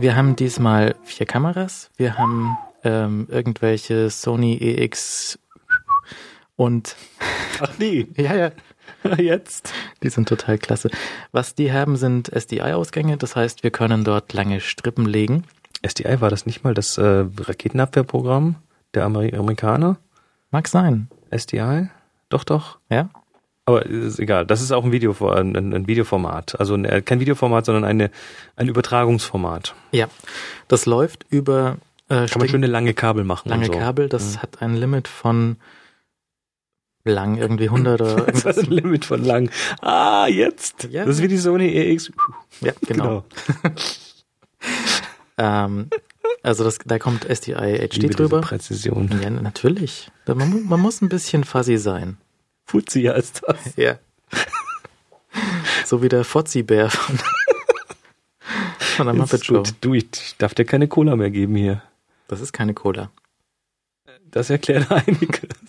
Wir haben diesmal vier Kameras. Wir haben ähm, irgendwelche Sony EX und Ach nee, ja, ja, jetzt. die sind total klasse. Was die haben, sind SDI-Ausgänge. Das heißt, wir können dort lange Strippen legen. SDI war das nicht mal das äh, Raketenabwehrprogramm der Ameri Amerikaner? Mag sein, SDI? Doch, doch. ja? Aber äh, ist egal, das ist auch ein, Video, ein, ein ein Videoformat. Also ein, äh, kein Videoformat, sondern eine, ein Übertragungsformat. Ja. Das läuft über äh, Kann man String- schöne lange Kabel machen. lange und so. Mhm. Kabel. Das hat ein Limit von lang, irgendwie 100 oder Das war irgendwas. ein Limit von lang. Ah, jetzt. Ja. Das ist wie die Sony E EX. Ja, genau. Ähm, also das, da kommt SDI Liebe HD diese drüber. Präzision. Ja, natürlich. Man, mu- man muss ein bisschen fuzzy sein. Fuzzi heißt das. Ja. So wie der Fozzi-Bär von, von der Muppet Jetzt Show. gut, du, ich darf dir keine Cola mehr geben hier. Das ist keine Cola. Das erklärt einiges.